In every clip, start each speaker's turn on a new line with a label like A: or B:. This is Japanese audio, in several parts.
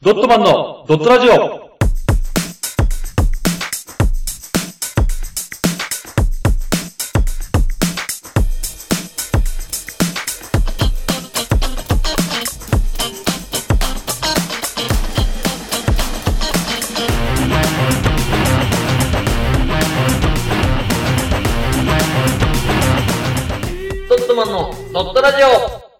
A: ドットマンのドットラジオ
B: ドットマンのドットラジオ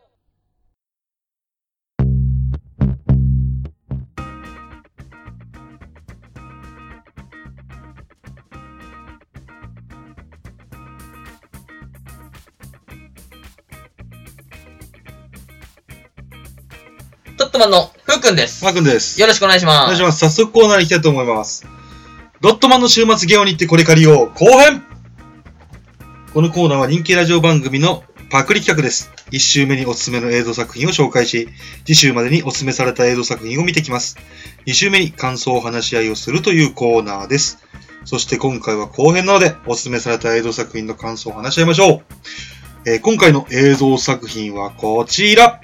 B: ドットマンのふうくんです。
C: マー君です。
B: よろしくお願いし
C: お
B: ま
C: 願
B: す
C: いし。ます。早速コーナーに行きたいと思います。ドットマンの週末ゲオに行ってこれ借りよう後編このコーナーは人気ラジオ番組のパクリ企画です。1週目におすすめの映像作品を紹介し、次週までにおすすめされた映像作品を見てきます。2週目に感想を話し合いをするというコーナーです。そして今回は後編なので、おすすめされた映像作品の感想を話し合いましょう。えー今回の映像作品はこちら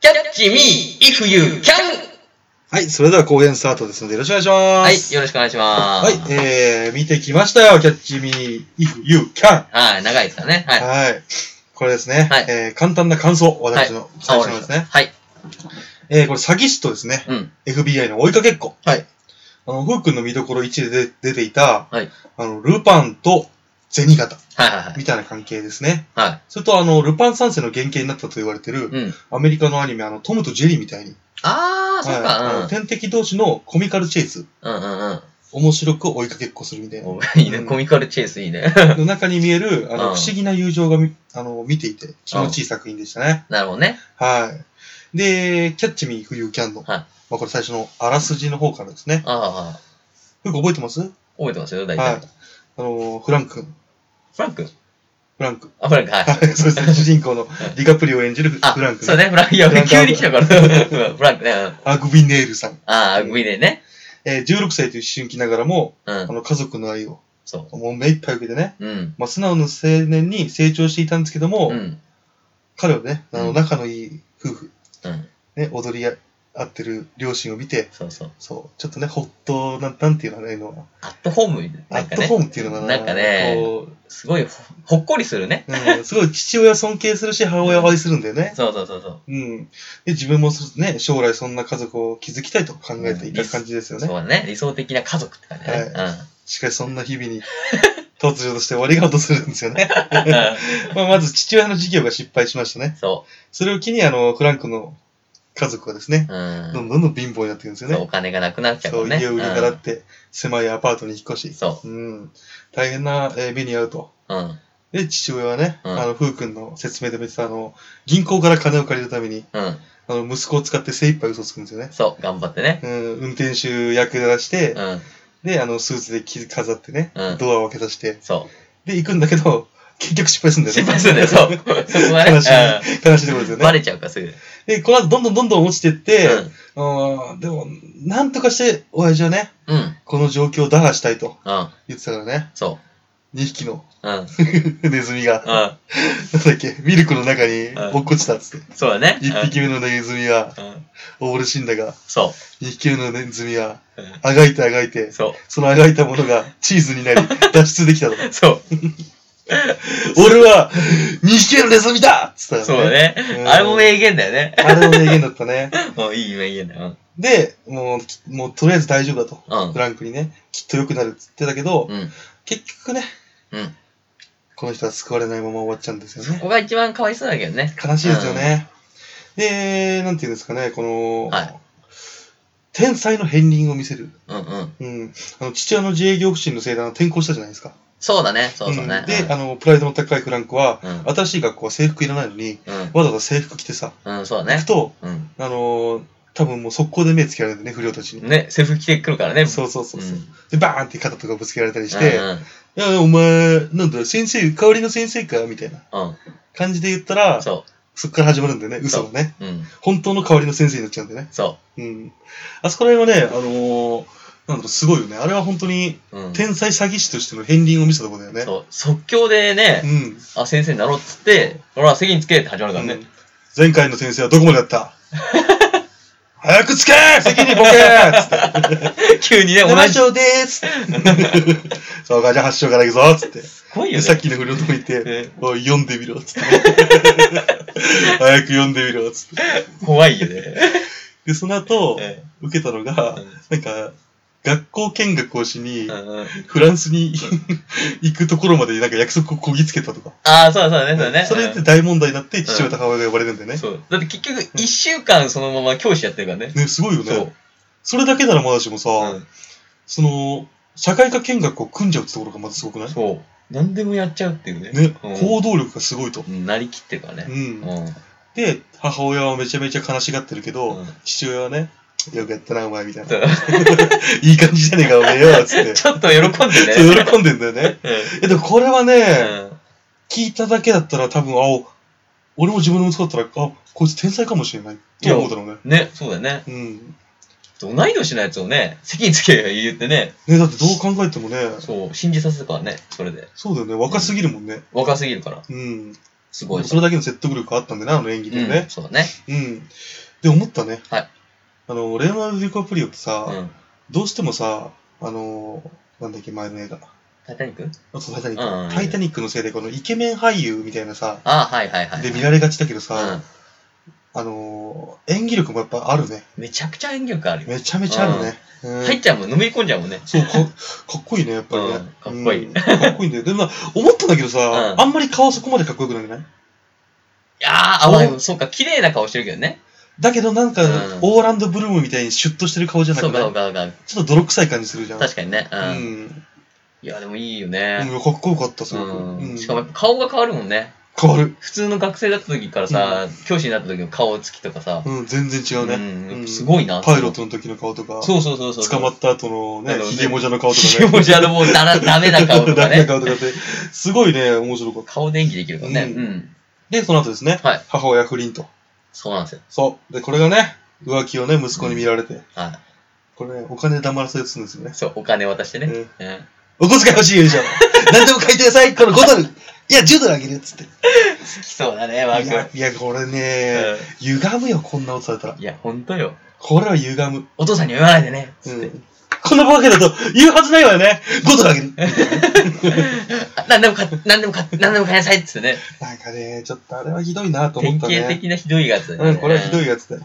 B: キャッチミー if you can!
C: はい、それでは後編スタートですのでよろしくお願いしま
B: は
C: す。
B: い、よろしくお願いします。
C: はい、えー、見てきましたよ、キャッチミー、if you can。
B: はい、長いですよね。はい。
C: はい。これですね、
B: はい
C: えー、簡単な感想、私の最初のですね。
B: はい。
C: えー、これ詐欺師とですね、
B: うん。
C: FBI の追いかけっこ。
B: はい。
C: あの、ふうくんの見どころ1で出出ていた、
B: はい
C: あの、ルパンと銭形
B: はいはいはい。
C: みたいな関係ですね。
B: は
C: それと、あの、ルパン三世の原型になったと言われて
B: い。
C: る、
B: うん。
C: アメリカのアニメ、あの、トムとジェリーみたいに、
B: あー、そっ
C: はいあの
B: か。
C: 天敵同士のコミカルチェイス、
B: うん。うんうんうん。
C: 面白く追いかけっこするみたいな。
B: おいいね、コミカルチェイスいいね。
C: の中に見える、あ
B: う
C: の、
B: ん
C: 不思議な友情がみ、あの、見ていて、気持ちいい作品でしたね。
B: なるほどね。
C: はい。で、キャッチミー・フユー・キャンの、
B: はい
C: まあ、これ最初のあらすじの方からですね。
B: ああ、
C: よく覚えてますはい。
B: 覚えてますよ、大
C: あ
B: 体。
C: の、フランクン。
B: フランク
C: フランク。
B: あ、フランク、はい。
C: はい、そう ですね。主人公のディカプリオを演じるフ
B: あ、
C: フランク。
B: そうね、フランク。い
C: フラ
B: や、
C: ンク
B: 急に来たから。 うんフランクね。うん
C: アグビネイルさん。
B: ああ、グミでね。
C: えー、16歳という思春期ながらも、
B: う
C: あ
B: ん。
C: の、家族の愛を、
B: そ
C: もう目いっぱい受けてね。
B: う。うん。
C: まあ、素直な青年に成長していたんですけども、
B: うん。
C: 彼はね、あ
B: う
C: の、
B: ん
C: 仲のいい夫婦、
B: うん。
C: ね、踊り合ってる両親を見て、
B: そうそう。
C: そう、ちょっとね、ほっと、なんなんていうのかな、あの、
B: アットホーム
C: ア
B: なん
C: ッ
B: か
C: ト
B: ね
C: ホ。ームっていうのかな。
B: なんかね
C: こ
B: すごいほ、ほっこりするね。
C: う、うん、すごい父親尊敬するし、母親を愛するんだよね。
B: そうそうそうそう。
C: うん。で、自分もそうね、将来そんな家族を築きたいと考えていた感じですよ
B: そう
C: ね。
B: だね。理想的な家族って感じだね。
C: しかし、そんな日々に突如として終わりが訪れるんです よね。
B: うん。
C: まあまず、父親の事業が失敗しましたね。
B: そ
C: それを機に、あの、フランクの家族はですね、
B: う。うん。
C: どんどんどん貧乏になっていくんですよ
B: そう
C: ね。
B: お金がなくなっちゃうか
C: そう、
B: らね。
C: 家を売り払って、狭いアパートに引っ越
B: うん
C: し、
B: そ
C: うん、大変なえー目に遭うと。
B: う。うん。
C: で、父親はね、
B: うん
C: あの、ふうくんの説明で見てた、あの、銀行から金を借りるために、
B: うん。
C: あの、息子を使って精一杯嘘つくんですよね。
B: そう、頑張ってね。
C: うん、運転手役やらして
B: う、ん。
C: で、あの、スーツで着飾ってね、
B: うん
C: ドアを開けさせて、
B: そ
C: で、行くんだけど、結局失敗するん
B: う。
C: だよね。
B: 心配するんだよ、 そう。そこがね。
C: 悲しい、悲しいところです
B: う
C: よ
B: ん。バ
C: ね。
B: レちゃうから、すぐ。
C: で、この後どんどんどんどん落ちてって、
B: う
C: うん、でも、なんとかして、親父はね、
B: ん。うん。
C: この状況を打破したいと
B: うん。
C: 言ってたからね、
B: そ
C: 2匹の
B: う。うん。うん。
C: ネズミが、なんだっけ、ミルクの中に落っこちたっつって、
B: そうだね。
C: 1匹目のネズミが
B: うん。うん。
C: 溺れ死んだが、
B: そ
C: 2匹目のネズミが
B: う。
C: あがいてあがいて
B: うん。、そ
C: そのあがいたものがチーズ になり、脱出できたと。
B: う。そう。
C: 俺は、2匹目のネズミだっつった
B: そうだ
C: らね。
B: ね
C: う。ん
B: あれも名言だよね。
C: あれも名言だったね。
B: もういい名言だよ。
C: で、もう、きもうとりあえず大丈夫だと。
B: うん
C: フランクにね、きっと良くなるって言ってたけど、
B: うん。
C: 結局ね、
B: うん
C: この人は救われないまま終わっちゃうんですよ
B: そ
C: ね。
B: こが一番かわいそうだけどね。
C: 悲しいですよね。で、なんていうんですかね、この、
B: はい
C: 天才の片鱗を見せる。
B: うんうん。
C: うん。あの、父親の自営業不振のせいだな、転校したじゃないですか。
B: そうだね。そうそう
C: う
B: ね
C: ん。で、あの、プライドの高いフランクは、
B: うん
C: 新しい学校は制服いらないのに、
B: うん。
C: わざわざ制服着てさ、
B: うん。うん、そうだ
C: 行
B: ね
C: く。と、
B: うん。
C: あのー多分もう速攻で目つけられてね、不良たちに。
B: ね、制服着てくるからね。
C: そうそうそうそう、
B: ん
C: で、バーンって肩とかぶつけられたりして、
B: うん
C: いや、お前、なんだ、先生、代わりの先生かみたいな
B: うんうん。
C: 感じで言ったら、そ
B: そ
C: っから始まるんだよね、嘘がね。
B: う。うん。
C: 本当の代わりの先生になっちゃうんだよね。
B: そ
C: うん。あそこら辺はね、あのーなんだろう、すごいよね。あれは本当に、
B: う。うん。
C: 天才詐欺師としての片鱗を見せたところだよね。
B: そう。即興でね、
C: うん。
B: あ、先生になろうっつって、ほら、席につけって始まるから
C: う
B: ね
C: ん。前回の先生はどこまでだった早くつけ責任ボケつ って。
B: 急にね、同
C: 7
B: じ。
C: 章で ーすそうか、じゃあ8章から行くぞつって。
B: すごいよ
C: で
B: ね。
C: さっきの不良とこ行って、
B: ね
C: おい読んでみ ろつって。早く読んでみろつって。
B: 怖いよ ね。
C: で、その後、
B: え
C: 受けたのが、なんか、学校見学をしに、
B: うん
C: フランスに 行くところまでなんか約束をこぎつけたとか。
B: ああ、そうだそうだね、そうだね。
C: それって
B: う
C: 大問題になって、父親と母親が呼ばれるんだよ
B: ん
C: ね。
B: そう。だって結局、一週間そのまま教師やってるからね。
C: ね、すごいよ
B: そ
C: ね
B: う。。
C: それだけならまだしもさ、
B: うん
C: その、社会科見学を組んじゃうってところがまずすごくない
B: そう。何でもやっちゃうっていうね。
C: ね、
B: うん
C: 行動力がすごいと。
B: うんなりきってるから
C: う
B: ね。
C: ん。
B: うん。
C: で、母親はめちゃめちゃ悲しがってる けど、
B: うん
C: 父親はね、よくやったな、お前、みたいな。
B: そう
C: いい感じじゃねえか、お前よ、つって。
B: ちょっと喜んでね。
C: そう喜んでんだ よね。え、でもこれはね、
B: うん
C: 聞いただけだったら多分、あ、お俺も自分の息子だったら、あ、こいつ天才かもしれない。と思うだろうね。
B: ね、そうだね。
C: うん。
B: 同い年のやつをね、席につけ言ってね、
C: ね、だってどう考えてもね、
B: そう、信じさせたからね、それで。
C: そうだよね、若すぎるもんね。
B: 若すぎるから、
C: うん。
B: すごい。
C: それだけの説得力があったんだな、あの演技で
B: うん
C: ね。
B: そうだね。
C: うん。で、思ったね。
B: はい
C: あの、レオナルド・ディカプリオってさ、
B: うん。
C: どうしてもさ、あの、なんだっけ、前の映画。
B: タイタニック
C: あそうタイタニッ
B: うんうんうん
C: ク。タイタニックのせいで、このイケメン俳優みたいなさ、
B: ああ、はいはいはい。
C: で見られがちだけど
B: う
C: さ、
B: ん。
C: あのー、演技力もやっぱあるね。
B: めちゃくちゃ演技力あるよ。
C: めちゃめちゃあるね。うん
B: 入っちゃうもん、のめり込んじゃうもんね。
C: そう、かかっこいいね、やっぱりね。
B: うんかっこいい
C: うんかっこいいんだよ。でもまあ、思ったんだけどさ
B: う、ん
C: あんまり顔そこまでかっこよくないんじゃな
B: い
C: い
B: やー、あまあ、そうか、綺麗な顔してるけどね。
C: だけどなんか
B: うん、
C: オーランド・ブルームみたいにシュッとしてる顔じゃな
B: そ
C: く
B: うか、そう
C: て、
B: か、そうか。
C: ちょっと泥臭い感じするじゃん。
B: 確かにね。う。
C: うんん。
B: いや、でもいいよ
C: うん
B: ね。
C: かっこよかった、す
B: う
C: ごく。
B: ん。
C: うん
B: しかもやっぱ顔が変わるもんね。
C: 変わる。
B: 普通の学生だった時からさ、教師になった時の顔つきとかさ、
C: うん、全然違うね。
B: う、
C: うんん
B: すごいな。
C: パイロットの時の顔とか、
B: そうそうそうそう。
C: 捕まった後の
B: あ
C: ね、
B: のね
C: ヒゲもじゃの顔とか
B: ひ
C: ね。
B: もじゃのもうだら、ダメな顔とか
C: なん
B: ね。
C: 顔とかって、すごいね、面白かった。
B: 顔で演技できるからね。う
C: うん
B: ん。
C: で、その後ですね、
B: はい
C: 母親不倫と。
B: そうなんですよ。
C: そう。で、これがね、浮気をね、息子に見られて、
B: は
C: これね、お金黙らせようとするんですよね
B: い。。そう、お金渡してね。
C: うん
B: うん
C: お小遣い欲しいよ、でしょ。何でも書いてください、この5ドル。いや、10ドルあげるよ、つって。
B: 好きそうだね、ワー
C: い
B: ク。
C: や、いやこれね、歪むよ、こんなことされたら
B: うん。いや、ほんとよ。
C: これは歪む。
B: お父さんには言わないでね。つ
C: う
B: って。
C: ん。こんなバカだと言うはずないわよね。5ドルあげる。
B: あ何でも買っ、何でも買っ、何でも買いなさいっつってね。
C: なんかね、ちょっとあれはひどいなと思
B: 典
C: ったね。
B: 型的なひどいやつだね。
C: うん、これはひど
B: い。
C: いやつだよ。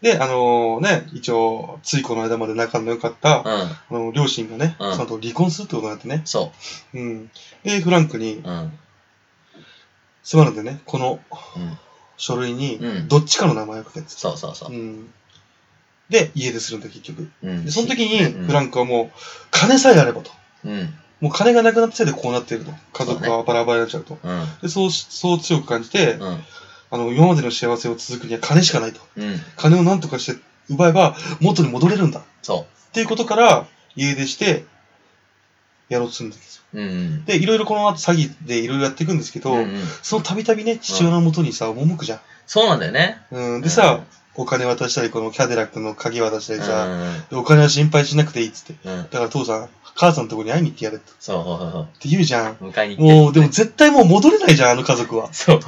C: で、あのね、一応、ついこの間まで仲の良かった、
B: う
C: あ
B: ん。
C: の、両親がね、
B: うん
C: その後離婚するってことになってね。
B: そ
C: うん。で、フランクに
B: う。うん。
C: 迫るんでね、この
B: うん。
C: 書類に
B: う、ん
C: どっちかの名前を書けって
B: そうそうそ
C: 言ってうん。で、家出するんだ、結局。
B: う。うん。
C: で、その時
B: う
C: に、
B: ん
C: フランクはもう、金さえあればと。
B: うん。
C: もう金がなくなったせいでこうなっていると。家族がバラバラになっちゃうと。
B: うん。
C: で、そうし、そう強く感じて、
B: うん。
C: あの、今までの幸せを続くには金しかないと。
B: うん。
C: 金を何とかして奪えば元に戻れるんだっ
B: そ
C: ていうことから家出してやろうとするんですよ。
B: う。うん。
C: で、いろいろこの後詐欺でいろいろやっていくんですけど、
B: うんうん
C: そのたびたびね、父親のもとにさ、赴くじゃ
B: そうなんだよね。
C: ん。うん、でさ、お金渡したり、このキャデラックの鍵渡した
B: う
C: り
B: ん、
C: さ、でお金は心配しなくていいっつって。
B: うん。うん。
C: だから父さん、母さんのとこに会いに行ってやれっ
B: そうそうそう
C: て言うじゃん。
B: そう。迎えに行って。
C: もう、でも絶対もう戻れないじゃん、あの家族 は。
B: そう。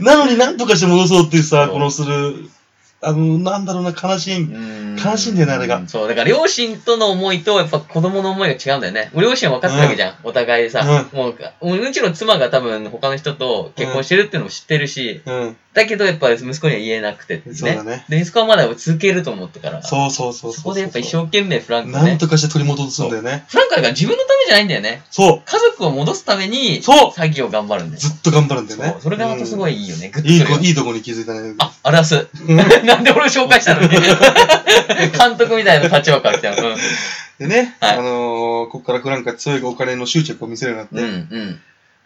C: なのになんとかして戻そうっていうさ
B: う、ん
C: このする、あの、なんだろうな、悲しい演技。
B: 悲
C: 悲しいんだよねあれが
B: そう、だから両親との思いと、やっぱ子供の思いが違うんだよね。もう両親は分かってるわけじゃん。お互いさ、もう、うちの妻が多分他の人と結婚してるっていうのも知ってるし、
C: うん、
B: だけどやっぱり息子には言えなくてって
C: そう
B: ね
C: だ。ね。
B: で、息子はまだ続けると思ったから。
C: そうそうそううう。
B: そこでやっぱ一生懸命フランクを
C: な
B: ね
C: ん。とかして取り戻すんだよね。
B: フランクはだから自分のためじゃないんだよね。
C: そ
B: 家族を戻すために、
C: そう
B: 詐欺を頑張るんだ
C: う。
B: よ。
C: ずっと頑張るんだよね
B: そう。それがまたすご
C: い。
B: いいいよね。グッと
C: いい
B: くる
C: こ、
B: よ
C: いいとこに気づいたね。
B: あ、あらす。
C: うん
B: なんで俺を紹介した のに監督みたいな立場から来たの。
C: でね、
B: はい
C: あのーここからフランクが強いお金の執着を見せるように
B: うん、う
C: なって、
B: ん、うん。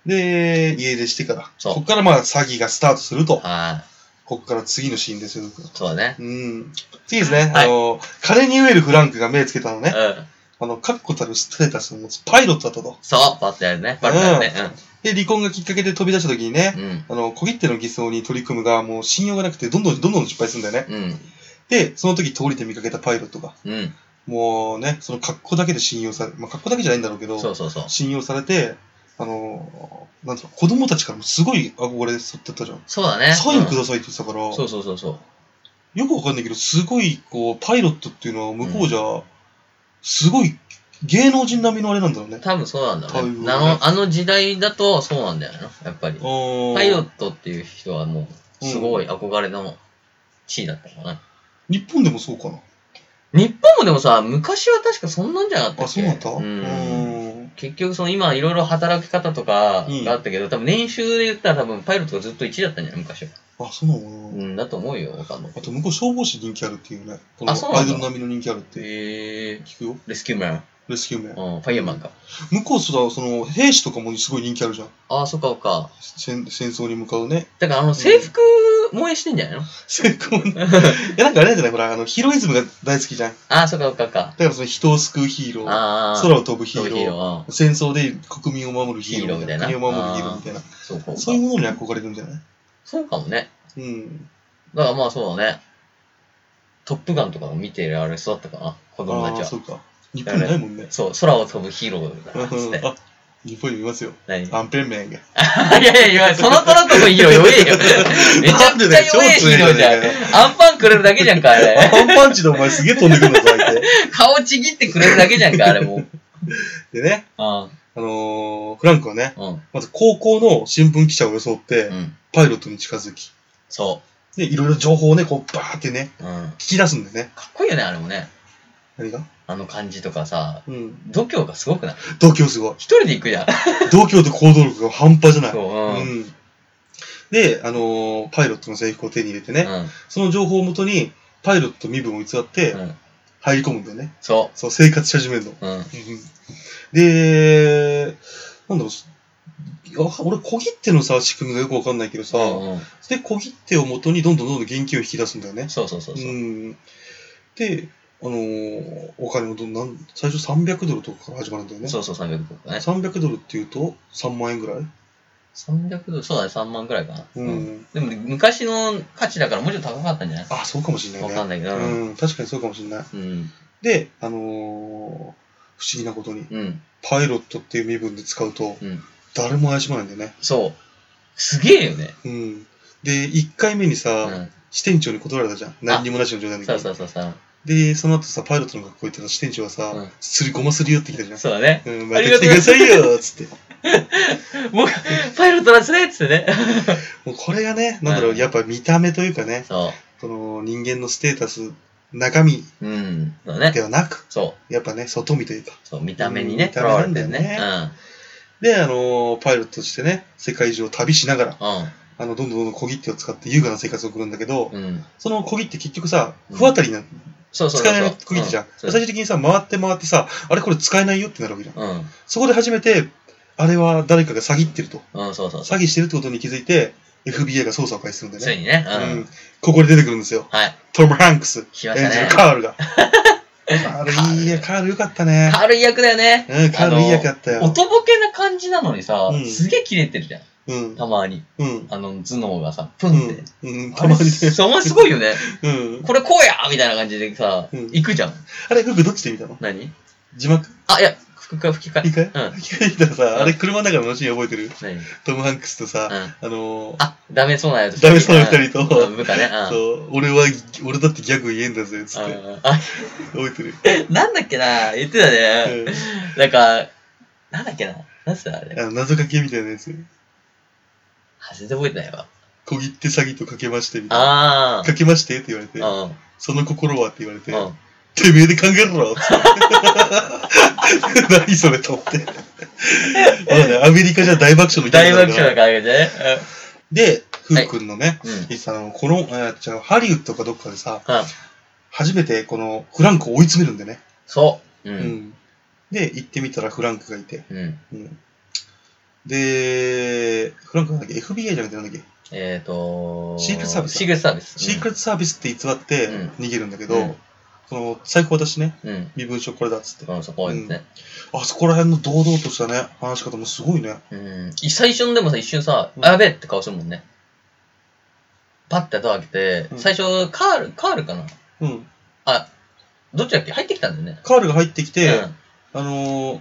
C: で、家出してから、
B: そう
C: ここからまあ詐欺がスタートすると、
B: は
C: ここから次のシーンですよ、僕
B: い。そうだね。
C: うん。次ですね、
B: はい
C: あのー金に飢えるフランクが目つけたの
B: う
C: ね、
B: ん。
C: あの、確固たるステータスを持つパイロットだったと。
B: そう、バッとやるね。バッとやるね。
C: で、離婚がきっかけで飛び出した時にね、
B: うん。
C: あの、小切手の偽装に取り組むが、もう信用がなくて、どんどんどんどん失敗するんだよね。
B: うん。
C: で、その時通りで見かけたパイロットが、
B: うん。
C: もうね、その格好だけで信用され、まあ、格好だけじゃないんだろうけ
B: う
C: ど
B: ん。、そうそうそう。
C: 信用されて、あのー、なんつうの、子供たちからもすごい憧れ沿ってたじゃん。
B: そうだね。
C: サインく
B: う
C: だ
B: ん
C: さいって言ってたから、
B: そうそうそうそう。
C: よくわかんないけど、すごい、こう、パイロットっていうのは向こうじゃ、すごい芸能人並みのあれなんだろうね。
B: 多分そうなんだろう
C: 多分
B: ね。
C: ね
B: あの、あの時代だとそうなんだよな、やっぱり。パ
C: パ
B: イロットっていう人はもう、すごい憧れの地位だったのかな。
C: 日本でもそうかな。
B: 日本もでもさ、昔は確かそんなんじゃなかった
C: あ、
B: っけ
C: そうなんだ。う
B: うん。
C: ーん。
B: 結局その今いろいろ働き方とかがあったけど、多分年収で言ったら多分パイロットがずっと1位だったんじゃない昔は。
C: あ、そうなのかな。
B: うん、だと思うよ、わかんない
C: あ。と、向こう消防士人気あるっていうね。この
B: あそうなん
C: アイ
B: だ
C: ドル並みの人気あるって
B: えー、
C: 聞くよ。
B: レスキューマン。
C: レスキュー名。
B: うん、ファイヤーマンか。
C: 向こうそうだ、その、兵士とかもすごい人気あるじゃん。
B: ああ、そっかそっか。
C: 戦戦争に向かうね。
B: だからあの制服萌えしてんじゃないの、
C: 戦争も いや、なんかあれじゃないほら、あの、ヒロイズムが大好きじゃん。だ
B: ああ、そっかそっかそっか。
C: からその人を救うヒーロー、
B: ああ。
C: 空を飛ぶヒ
B: ヒ
C: ー
B: ーロ
C: ロー、
B: ー。うん
C: 戦争で国民を守るヒ
B: ヒ
C: ーロー
B: ーローみたいな
C: 国を守るヒーローみたいな。
B: そうか。
C: そういうものに憧れるんじゃない
B: そうかもね。
C: うん。
B: だからまあそうだね。トップガンとかも見てるあれ育ったかな、子供
C: あ
B: た
C: あ、
B: ちは。
C: そ
B: そう
C: か。日本にない もんね。
B: う、空を飛ぶヒーローだな、つって。
C: あ、日本にいますよ。
B: 何い
C: アンペンメンが。
B: やいやいや、その空飛ぶヒーロー弱えよ。 めちゃ
C: なん
B: く
C: で
B: ちゃ
C: だよ
B: 弱えヒーローじゃ
C: 超強いよ
B: ん。アンパンくれるだけじゃんか、あれ。
C: アンパンチでお前すげえ飛んでくるんだぞ、相
B: 顔ちぎってくれるだけじゃんか、あれもう。
C: 手。でね、
B: あ
C: あのー、フランクはね、
B: あ、うん、
C: まず高校の新聞記者を装って、
B: うん。
C: パイロットに近づき、
B: そ
C: で、いろいろ情報をね、こう、バーってね、
B: う。うん。
C: 聞き出すんだよね。
B: かっこいいよね、あれもね。
C: 何が
B: あの感じとかさ、
C: うん。
B: 度胸がすごくない
C: 度胸すごい。
B: 一人で行く じゃん。
C: 度胸と行動力が半端じゃない。
B: そう、う
C: う
B: ん。うん。
C: ん。で、あのーパイロットの制服を手に入れてね、その情報をもとに、パイロット身分を偽って
B: うん。
C: 入り込むんだよね。
B: そ
C: そう、生活し始めるの。
B: う。うん。
C: で、なんだろうす、いや俺、小切手のさ、仕組みがよくわかんないけどさ、
B: うんうん
C: で、小切手を元にどんどんどんどん現金を引き出すんだよね。
B: そうそうそうそう。
C: ん。で、あのーお金もどんなん最初300ドルとかから始まるんだよね。
B: そうそう、300ドルね。
C: 300ドルっていうと、3万円ぐらい
B: 300ドル、そうだね、3万くらいかな。
C: うん。。
B: でも、昔の価値だからもうちょっと高かったんじゃない
C: あ、そうかもしんないね。
B: わかんないけど。うん。
C: うん、確かにそうかもしんない。
B: うん。
C: で、あのー不思議なことに、
B: うん。
C: パイロットっていう身分で使うと、
B: うん
C: 誰も怪しまないんだよね。
B: そう。すげえよね。
C: うん。で、1回目にさ、
B: う
C: 支店長に断られたじゃん。何にもなしの状態
B: ん。
C: で
B: そうそうそうそう。
C: で、その後さ、パイロットの学校行ったら支店長はさ、
B: うん
C: すりごますり寄ってきたじゃん。
B: そうだね。
C: うん、また来てくださいよつって。
B: 僕、パイロットなんですねっつってね。
C: もうこれがね、なんだろう、
B: うん
C: やっぱ見た目というかね、
B: そ
C: その人間のステータス、中身
B: う。うん。そうだ
C: で
B: ね。
C: はなく、
B: そう。
C: やっぱね、外見というか。
B: そう、見た目にね、
C: 見た
B: と
C: 目
B: らわ
C: な
B: れ
C: んだ
B: て
C: よ
B: る
C: ね
B: ね。
C: で、あのーパイロットとしてね、世界中を旅しながら、
B: う
C: あの、どんどんどんどん小切手を使って優雅な生活を送るんだけど、
B: ん。うん。うん。
C: その小切手結局さ、
B: うん
C: 不当たりな、
B: そうそうそうそう。
C: 使えない小切手じゃん。
B: う
C: 最終的にさ、回って回ってさ、あれこれ使えないよってなるわけじゃん。
B: うん。
C: そこで初めて、あれは誰かが詐欺ってると。
B: うん、そうそうそう。
C: 詐欺してるってことに気づいて、FBI が捜査を開始するんだよ
B: つい
C: ね。
B: にね。う
C: うん
B: ん。
C: ここで出てくるんですよ。
B: はい。
C: トム・ハンクス、
B: 来
C: 演
B: ました
C: じる
B: ね。
C: カー ルが。カールいいや、カールよかったね。
B: 軽い役だよね。
C: うん、カールいい役だったよ。
B: 音ボケな感じなのにさ
C: う、ん
B: すげえキレてるじゃん。
C: うん、
B: たまに。
C: うん、
B: あの、頭脳がさ、プ
C: う
B: ンって
C: ん。、うん、
B: あ
C: た
B: れ
C: まに ね。
B: そうお前すごいよね。
C: うん。
B: これこうやみたいな感じでさ、
C: うん
B: 行くじゃん。
C: あれ、服どっちで見たの
B: 何
C: 字幕
B: あ、いや、吹き替え、吹き替
C: 吹き替え
B: え。うん。
C: 聞いたらさ、あれ、車の中のシーン覚えてる
B: 何
C: トム・ハンクスとさ、
B: うん。
C: あのー、
B: あ、ダメそうなやつ。
C: ダメそうな二人と
B: うん部下ね。うん
C: そう俺は、俺だってギャグ言えんだぜ、つっ
B: う
C: て。
B: ん。あ、
C: 覚えてる。
B: なんだっけな言ってたね。
C: う
B: なんか、なんだっけななんすかあ
C: ん
B: れ。
C: あの謎かけみたいなやつ。
B: あ全然覚えてないわ。
C: 小切手詐欺とかけましてみたいな。
B: あ
C: かけましてって言われて、
B: あ。うん。
C: その心はって言われて、
B: うん。
C: て めえで考えろっつって何それと 思って。まあね、アメリカじゃ大爆笑のギャ
B: 大
C: グなん
B: 爆
C: だ
B: 笑な感じでね。
C: で、ふうくんのね、
B: うん。うん。
C: あのこの、えーじゃあハリウッドかどっかでさ、
B: うん
C: 初めてこのフランクを追い詰めるんでね。
B: そう。う。
C: うんんで、行ってみたらフランクがいて。
B: うん。
C: うんで、フランクなんだっけ ?FBI じゃなくてなんだっけ
B: えっと、
C: シークレットサービス
B: シークレットサービス。
C: シークレットサービスって偽って
B: うん
C: 逃げるんだけど、
B: うん
C: その財布渡しね、
B: うん。
C: 身分証これだっつって。
B: うん、そこですね。
C: あそこら辺の堂々としたね、話し方もすごいね。
B: うん。最初のでもさ、一瞬さ、
C: うん
B: あやべえって顔するもんね。パッてドア開け
C: う
B: て、
C: ん
B: 最初、カール、カールかな
C: うん。
B: あ、どっちだっけ入ってきたんだよね。
C: カールが入ってきて、
B: う
C: あのー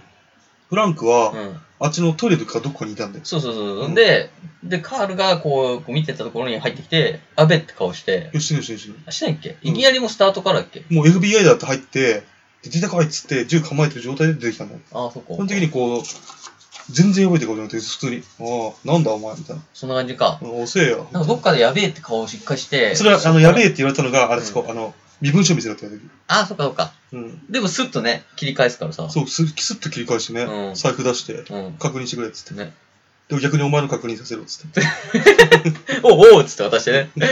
C: フランクは、
B: ん。うん。
C: あっちのトイレとかどこにいたんだよ。
B: そうそうそう。
C: うん
B: で、で、カールがこう、こう見てたところに入ってきて、アベって顔して、
C: よしよしよし。
B: あしないっけ
C: うん
B: いきなりもうスタートからだっけ、
C: もう FBI だって入って、で出たかいっつって銃構えてる状態で出てきたんだよ。
B: ああ、そっか。
C: その時にこう、全然覚えてる顔じゃなくて、普通に、ああ、なんだお前みたいな。
B: そんな感じか。
C: うん遅えよ。
B: なんかどっかでやべえって顔をしっかりして。
C: それは、あの、やべえって言われたのが、あれ
B: うん
C: そこ、あの、身分証見せろって言われた
B: ああ、そっかそっか。
C: 時。うん。
B: でもスッとね、切り返すからさ。
C: そう、すキスッと切り返してね、
B: うん
C: 財布出して、
B: う。ん。
C: 確認してくれっつって。
B: ね
C: でも逆にお前の確認させろっつって。
B: おうおうっつって渡してね。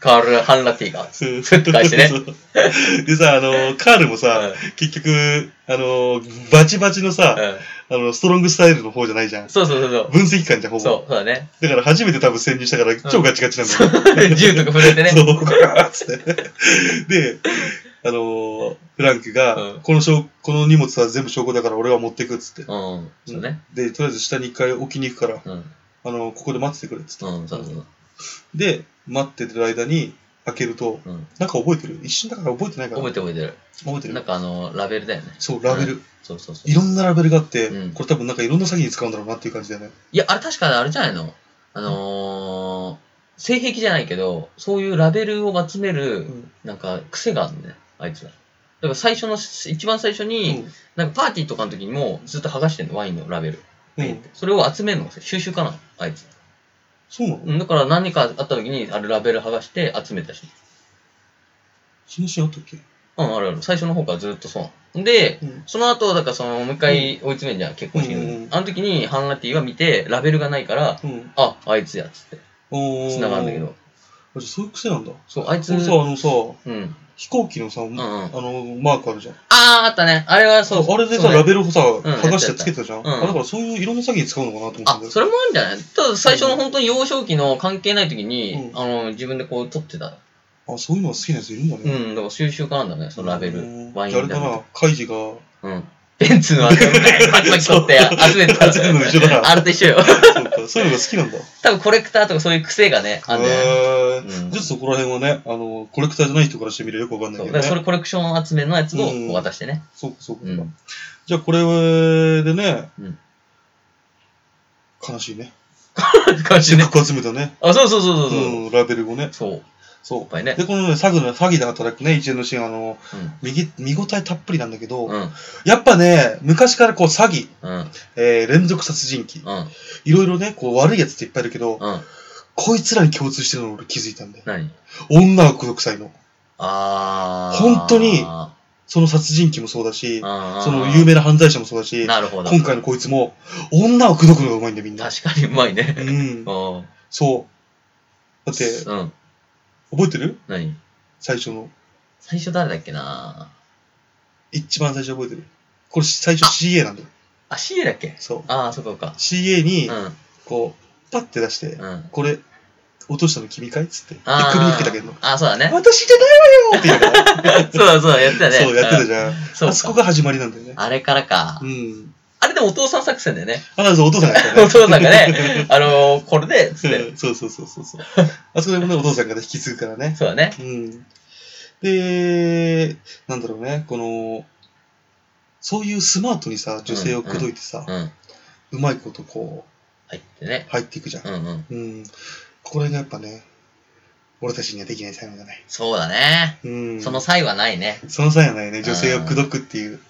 B: カール、ハンラティが。
C: そう
B: スッと返してね
C: そう でさ、あの、カールもさ、結局、あの、バチバチ
B: う
C: の
B: ん
C: さ、
B: うん
C: あの、ストロングスタイルの方じゃないじゃん。
B: そうそうそうそう。
C: 分析官じゃん、ほぼ。
B: そう、そうだね。
C: だから初めて多分潜入したから、超ガチガチなんだよ。
B: 銃とか触れてね。
C: そう、 ガーッつって。で、あのーフランクが、
B: うん
C: この証この荷物は全部証拠だから俺は持ってくっつって。
B: うん。そうね。
C: で、とりあえず下に一回置きに行くから、
B: うん。う
C: あのーここで待っててくれっつって。
B: ん、そうそうそう。
C: で、待っててる間に開けると、
B: うん。
C: なんか覚えてる一瞬だから覚えてないから。
B: 覚えてる覚えて
C: 覚え
B: る。
C: てる
B: なんかあの、ラベルだよね。
C: そう、ラベル、
B: そうそうそう。
C: いろんなラベルがあって、
B: うん
C: これ多分なんかいろんな詐欺に使うんだろうなっていう感じだよね。
B: いや、あれ確かあれじゃないのあのー、性癖じゃないけど、そういうラベルを集め
C: う
B: る、
C: ん。
B: なんか癖があるのね、あいつら。だから最初の、一番最初に、
C: うん
B: なんかパーティーとかの時にもずっと剥がしてんの、ワインのラベル。
C: うん
B: それを集めるのが収集かな、あいつ。
C: そうなの
B: うんだから何かあった時に、あれラベル剥がして集めたし。
C: そのシーンあったっけ
B: うん、あるある。最初の方からずっとそうなの。で、
C: うん。
B: その後、だからその、もう一回追い詰めんじゃん、結婚式の時に
C: うん
B: あの時に、ハンラティは見て、ラベルがないから、
C: うん。
B: あ、あいつや、つって、
C: おー
B: 繋がるんだけ。ど。
C: あじゃあそういう癖なんだ。
B: そう、あいつ、
C: そうさ、あのさ、
B: うん。
C: 飛行機のさ、
B: ん
C: あの、マークあるじゃん。
B: あー、あったね。あれはそう。
C: あれで
B: そ
C: さ、
B: うね
C: ラベルをさ、
B: ん
C: 剥がしてつけてたじゃん。
B: やったやったうん
C: あだからそういういろんな詐欺に使うのかなと思った
B: あ
C: んだ、よ。
B: それもあるんじゃないただ最初の本当に幼少期の関係ない時に、
C: うん
B: あの、自分でこう撮ってた。
C: あ、そういうのが好きなやついるんだ
B: う
C: ね。
B: ん、だから収集家なんだね、そのラベル。ワインラベ
C: じゃああれ
B: ル
C: かな、カイジが、
B: うん。ベンツのあれ、パキパキ取って 集めてた。
C: 集めるの一緒だな
B: あれと一緒よ。
C: そうかそういうのが好きなんだ。
B: 多分コレクターとかそういう癖がね、あんだよね。
C: へ
B: うん
C: ーちょっとそこら辺はね、あの、コレクターじゃない人からしてみればよくわかんない
B: そう
C: け
B: だか
C: ど
B: ら
C: ね。
B: それコレクション集めのやつをこ
C: うん
B: う渡してね。
C: そうか、そうか。
B: うん
C: じゃあこれでね、
B: うん
C: 悲しいね。
B: 感
C: せ
B: じ
C: っ
B: ね
C: か。く集めたね。
B: あ、そうそうそうそう
C: う
B: そう。
C: ん、ラベルをね。
B: そう。
C: そ。
B: っぱいうね
C: で、このね、詐欺の詐欺で働くね、一連のシーン、あの、
B: うん。
C: 右見応えたっぷりなんだけど、
B: うん。
C: やっぱね、昔からこう詐欺、
B: うん。
C: えー連続殺人鬼、
B: うん。
C: いろいろね、こう悪いやつっていっぱいいるけど、
B: うん。
C: こいつらに共通してるの俺気づいたんだよ。
B: 何
C: 女は孤独祭の。
B: あー。
C: 本当にその殺人鬼もそうだし、そ
B: そ
C: の有名な犯罪者もそうだし、
B: なるほど。
C: 今回のこいつも、女を口説くのがうまいんだよ、みんな。
B: 確かにうまいね。
C: うん
B: う。ん。
C: そう。だって、
B: うん。
C: 覚えてる
B: 何
C: 最初の。
B: 最初誰だっけな
C: 一番最初覚えてる。これ最初 CA なんだよ。
B: あ、CA だっけ
C: そう。
B: ああ、そっかそっか。
C: CA に
B: う、ん。
C: こう、パッて出して、
B: うん。
C: これ、落としたの君かいっつって。で、
B: あー
C: 首につけてあげるの。
B: ああ、そうだね。
C: 私じゃないわ よって言うの。
B: そうだそうだ、やってたね。
C: そう、やってた
B: ん
C: じゃん。
B: そう
C: あ
B: か
C: そこが始まりなんだよね。
B: あれからか
C: う。ん。
B: あれでもお父さん作戦だよね。
C: あ、そう、お父さんがやっ
B: お
C: たね。
B: 父さんが ね、あのー、これで、つって。
C: うんそうそうそうそうそう。あそこでもね、お父さんがね引き継ぐからね。
B: そうだね。
C: うん。で、なんだろうね、この、そういうスマートにさ、女性を口説いてさ、
B: うん。
C: うまいことこ
B: 入ってね
C: う、。入っていくじゃん
B: う。んうん。
C: うん。ここら辺がやっぱね、俺たちにはできない才能だね。
B: そうだね。
C: うん。
B: その際はないね。
C: その才能ないね、女性を口説くっていう。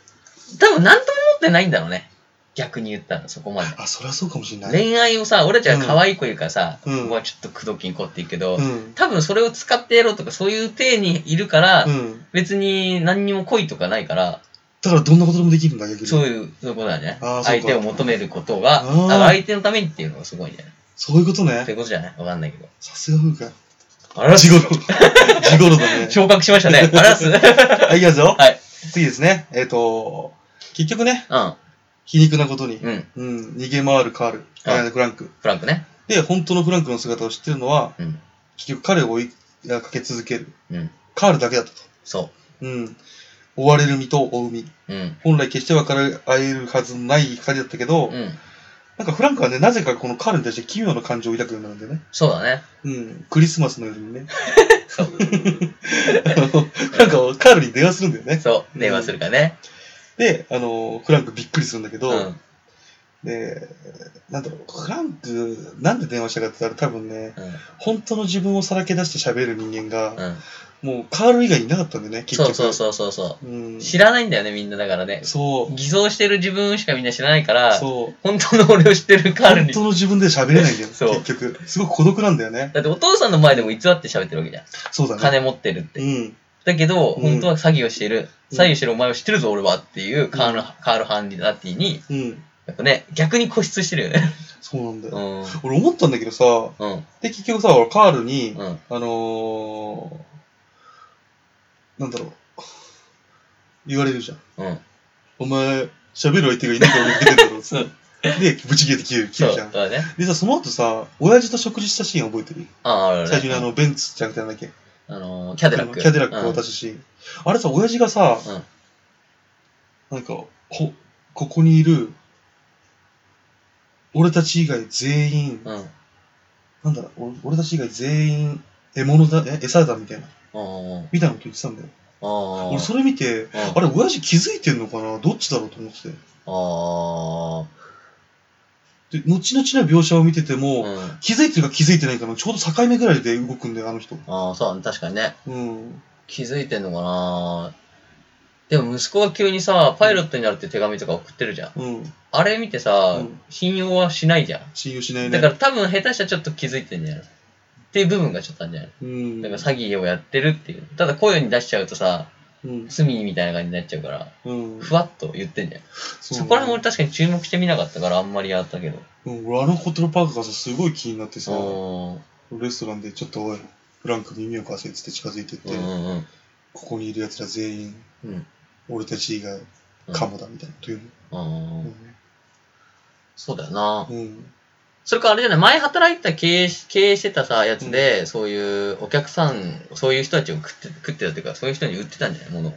B: 多分なんとも思ってないんだろうね。逆に言ったら、そこまで。
C: あ、そりゃそうかもしれない。
B: 恋愛をさ、俺たちは可愛い子いるからさ、
C: うん
B: ここはちょっと口説きに行こうって言うけど、
C: うん。
B: 多分それを使ってやろうとか、そういう体にいるから、
C: うん。
B: 別に何にも恋とかないから、
C: だからどんなことでもできるんだ、逆に。
B: そういうそういうことだね
C: あーそうか。
B: 相手を求めることが、
C: あー
B: だから相手のためにっていうのがすごいね。
C: そういうこと
B: そうい
C: ね。
B: うことじゃないわかんないけど。
C: さすが風花。
B: あら
C: 地頃。地頃だね。
B: 昇格しましたね。 あらす。う
C: はい、いきますよ。
B: はい。
C: 次ですね。えっ、と、結局ね、皮肉なことに、
B: ん。うん。
C: うん、逃げ回るカール、
B: はい
C: あのフランク。
B: フランクね。
C: で、本当のフランクの姿を知ってるのは、
B: うん。
C: 結局彼を追いいやかけ続ける。
B: うん。
C: カールだけだったと。
B: そ
C: うん。追われる身と追う身。
B: う。うん。
C: 本来決して分かり合えるはずのない二人だったけど、
B: うん。
C: なんかフランクはね、なぜかこのカールに対して奇妙な感情を抱くようになるんだよね。
B: そうだね。
C: うん。クリスマスの夜 にね。 あのフランクはカールに電話するんだよね。
B: そう。電話するからね。
C: で、あの、フランクびっくりするんだけど、
B: うん。
C: で、なんだろう、フランク、なんで電話したかって言ったら多分ね、
B: うん。
C: 本当の自分をさらけ出して喋る人間が、
B: うん。
C: もうカール以外いなかったんでね、結
B: そう
C: 局。。
B: そうそうそうそう
C: ん
B: う。、知らないんだよね、みんなだからね。
C: そう。
B: 偽造してる自分しかみんな知らないから、
C: そう。
B: 本当の俺を知ってるカール
C: 本
B: に。
C: 当の自分で喋れないんだよ、
B: そう
C: 結局。すごく孤独なんだよね。
B: だってお父さんの前でも偽って喋ってるわけじゃん。
C: そうだね。
B: 金持ってるって。
C: 金うん。
B: だけど、
C: うん
B: 本当は詐欺をしてる。
C: うん
B: 詐欺してるお前を知ってるぞ、俺はっていうカール、
C: うん
B: カール・ハンリナティに、
C: うん。
B: やっぱね、逆に固執してるよね。
C: そうなんだ
B: う
C: よ。
B: ん。うん。
C: 俺思ったんだけどさ、
B: うん。
C: で、結局さ、俺カールに、
B: うん。
C: あのー、なんだろう、言われるじゃん。
B: うん。
C: お前、喋る相手がいないから俺出てんだろ。
B: そう。
C: で、ブチ切れて切る、切
B: そ
C: る
B: う
C: じゃん。
B: だね。
C: でさ、その後さ、親父と食事したシーン覚えてる
B: ああ、あるね
C: 最初にあの、ベンツじゃなくてなんだっけ
B: あのーキャデラック。
C: キャデラックを渡
B: し
C: すシーン。あれさ、親父がさ、
B: うん
C: なんか、こ、ここにいる、俺たち以外全員、
B: うん。うん。
C: なんだろう、俺俺たち以外全員、獲物だ、え、餌だみたいな、
B: うん。うん
C: みたいなこと言ってたんだよ。
B: ああ。
C: 俺それ見て、
B: うん
C: あれ、親父気づいてんのかなどっちだろうと思って
B: あ
C: て。で、後々の描写を見てて
B: あ。
C: も、
B: うん。
C: 気づいてるか気づいてないかのちょうど境目ぐらいで動くんだよ、あの人。
B: ああ、そう、確かにね。
C: うん。
B: 気づいてんのかなでも息子が急にさ、パイロットになるって手紙とか送ってるじゃん。
C: うん。
B: あれ見てさ、
C: うん
B: 信用はしないじゃん。
C: 信用しないね。
B: だから多分下手したらちょっと気づいてんじゃないっていう部分がちょっとあるんじゃない
C: うん。
B: だから詐欺をやってるっていう。ただ声に出しちゃうとさ、
C: うん。
B: 罪みたいな感じになっちゃうから、
C: うん。
B: ふわっと言ってんじゃん。
C: そう
B: そこら辺俺確かに注目してみなかったからあんまりやったけど。
C: うん、俺あのホトロパークがさ、すごい気になってさ、
B: うん。
C: レストランでちょっとおい、フランク耳を貸せっつって近づいてって、
B: うんうん
C: ここにいる奴ら全員、
B: うん。
C: 俺たち以外、
B: うん。
C: カモだみたいなこと言う
B: うん。うん。
C: の。
B: そうだよな。
C: うん。
B: それからあれじゃない、前働いてた経営し、経営してたさ、やつで、そういうお客さん、そういう人たちを食って、食ってたっていうか、そういう人に売ってたんじゃないもの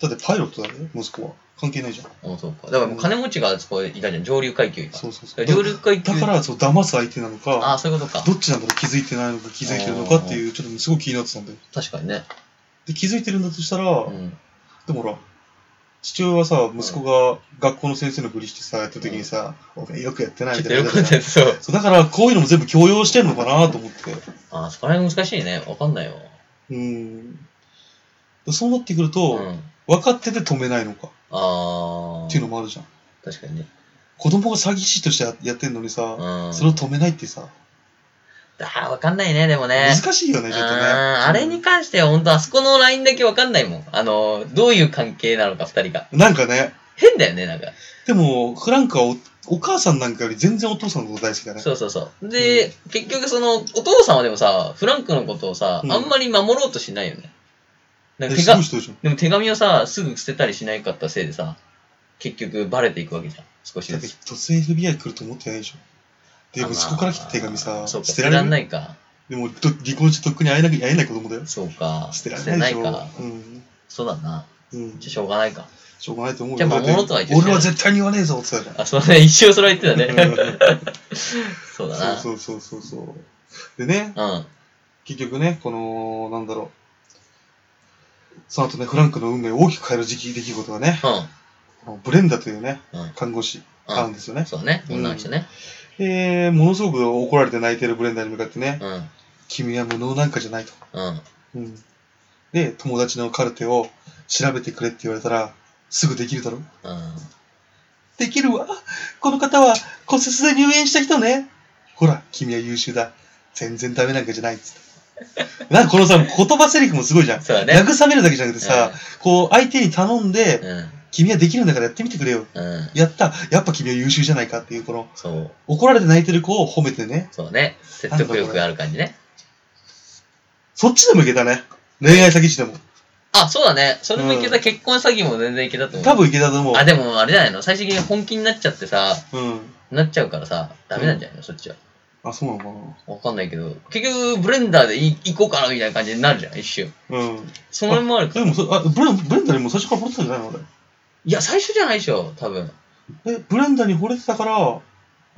C: だってパイロットだね、息子は。関係ないじゃん。
B: を。あそうか。だからもう金持ちがそこいたじゃん、上流階級か。
C: そうそうそ
B: だ
C: う。
B: から上流階級。
C: だから、そう、騙す相手なの
B: あ
C: か、
B: あ、そういうことか
C: ど。っちなんだろう、気づいてないのか、気づいてるのかっていう、ちょっとすごい気になってたんだよ。
B: 確かにね。
C: で、気づいてるんだとしたら、
B: うん。
C: でもほら、父親はさ、息子が学校の先生のふりしてさ、やった時にさ、お前よくやってない
B: ちょ
C: み
B: ったと
C: いな感じ
B: 喜
C: だ
B: ん
C: ったじゃん
B: でる、そう。
C: そう、だから、こういうのも全部強要してんのかなと思って。
B: ああ、そこら辺難しいね。わかんないよ。
C: うん。そうなってくると、
B: うん。
C: 分かってて止めないのか
B: ああ。
C: っていうのもあるじゃん。
B: 確かにね。
C: 子供が詐欺師としてややってんのにさ、
B: うん。
C: それを止めないってさ、
B: ああ、わかんないね、でもね。
C: 難しいよね、ちょっとね。
B: あーあれに関しては本当あそこのラインだけわかんないもん。あの、どういう関係なのか、二人が。
C: うんなんかね、
B: 変だよね、なんか。
C: でも、フランクはおお母さんなんかより全然お父さんのこと大好きだね。
B: そうそうそう。で、結局その、お父さんはでもさ、フランクのことをさ、
C: うん
B: あんまり守ろうとしないよね。なん
C: え
B: か手
C: すご
B: が、
C: い人じゃん。
B: でも手紙をさ、すぐ捨てたりしないかったせいでさ、結局バレていくわけじゃん。少し
C: だ
B: ず
C: って
B: つ。
C: 突然 FBI 来ると思ってないでしょ。で、
B: あ
C: 息子から来た手紙
B: ま
C: さ、
B: あそうか、
C: 捨
B: 捨て
C: て
B: ら
C: ら
B: れな
C: れない。
B: いか。
C: でも、ど離婚してとっくに会えなく会えない子供だよ。
B: そうか。
C: 捨てられないでしょ。
B: か。
C: うん。
B: そうだな。
C: うん
B: じゃ、しょうがないか。
C: しょうがないと思う
B: じゃあ
C: だって
B: 守ろうとは言ってたよ
C: 俺は絶対に言わねえぞって言ってた
B: あ、そうだね。一 生それは言ってた
C: じゃ ん。
B: ね。そうだな。
C: そうそうそうそうそう。でね、
B: うん。
C: 結局ね、この、なんだろう。その後ね、フランクの運命を大きく変える時期出来事がね、このブレンダというね、
B: うん。
C: 看護師、あ
B: う
C: るん
B: ん。
C: ですよ
B: うん。
C: ね。
B: そうだね。女の人ね。
C: で、ものすごく怒られて泣いてるブレンダに向かってね、
B: うん。
C: 君は無能なんかじゃないと。
B: うん。
C: うん。で、友達のカルテを調べてくれって言われたら、すぐできるだろ
B: うん。
C: できるわ。この方は骨折で入院した人ね。ほら、君は優秀だ。全然ダメなんかじゃないっつって。なんかこのさ、言葉セリフもすごいじゃん。
B: そうだね。
C: 慰めるだけじゃなくてさ、こう相手に頼んで、
B: うん。
C: 君はできるんだからやってみてくれよ。
B: うん。
C: やった。やっぱ君は優秀じゃないかっていう、この
B: そう。
C: 怒られて泣いてる子を褒めてね。
B: そうね。説得力がある感じね。
C: そっちでもいけたね。恋愛詐欺師でも。
B: あ、そうだね。それもいけた。
C: うん
B: 結婚詐欺も全然いけたと思う。
C: 多分いけたと思う。
B: あ、でもあれじゃないの最終的に本気になっちゃってさ、
C: うん。
B: なっちゃうからさ、ダメなんじゃないの、そっちは。
C: あ、そうなのか
B: わかんないけど。結局、ブレンダーでい行こうかなみたいな感じになるじゃん、一瞬。
C: な。うん。
B: その辺もあるか
C: で
B: ら。
C: もそあブレン、ブレンダにも最初から惚れてたんじゃないの俺。
B: いや、最初じゃないでしょ、多分。
C: え、ブレンダに惚れてたから、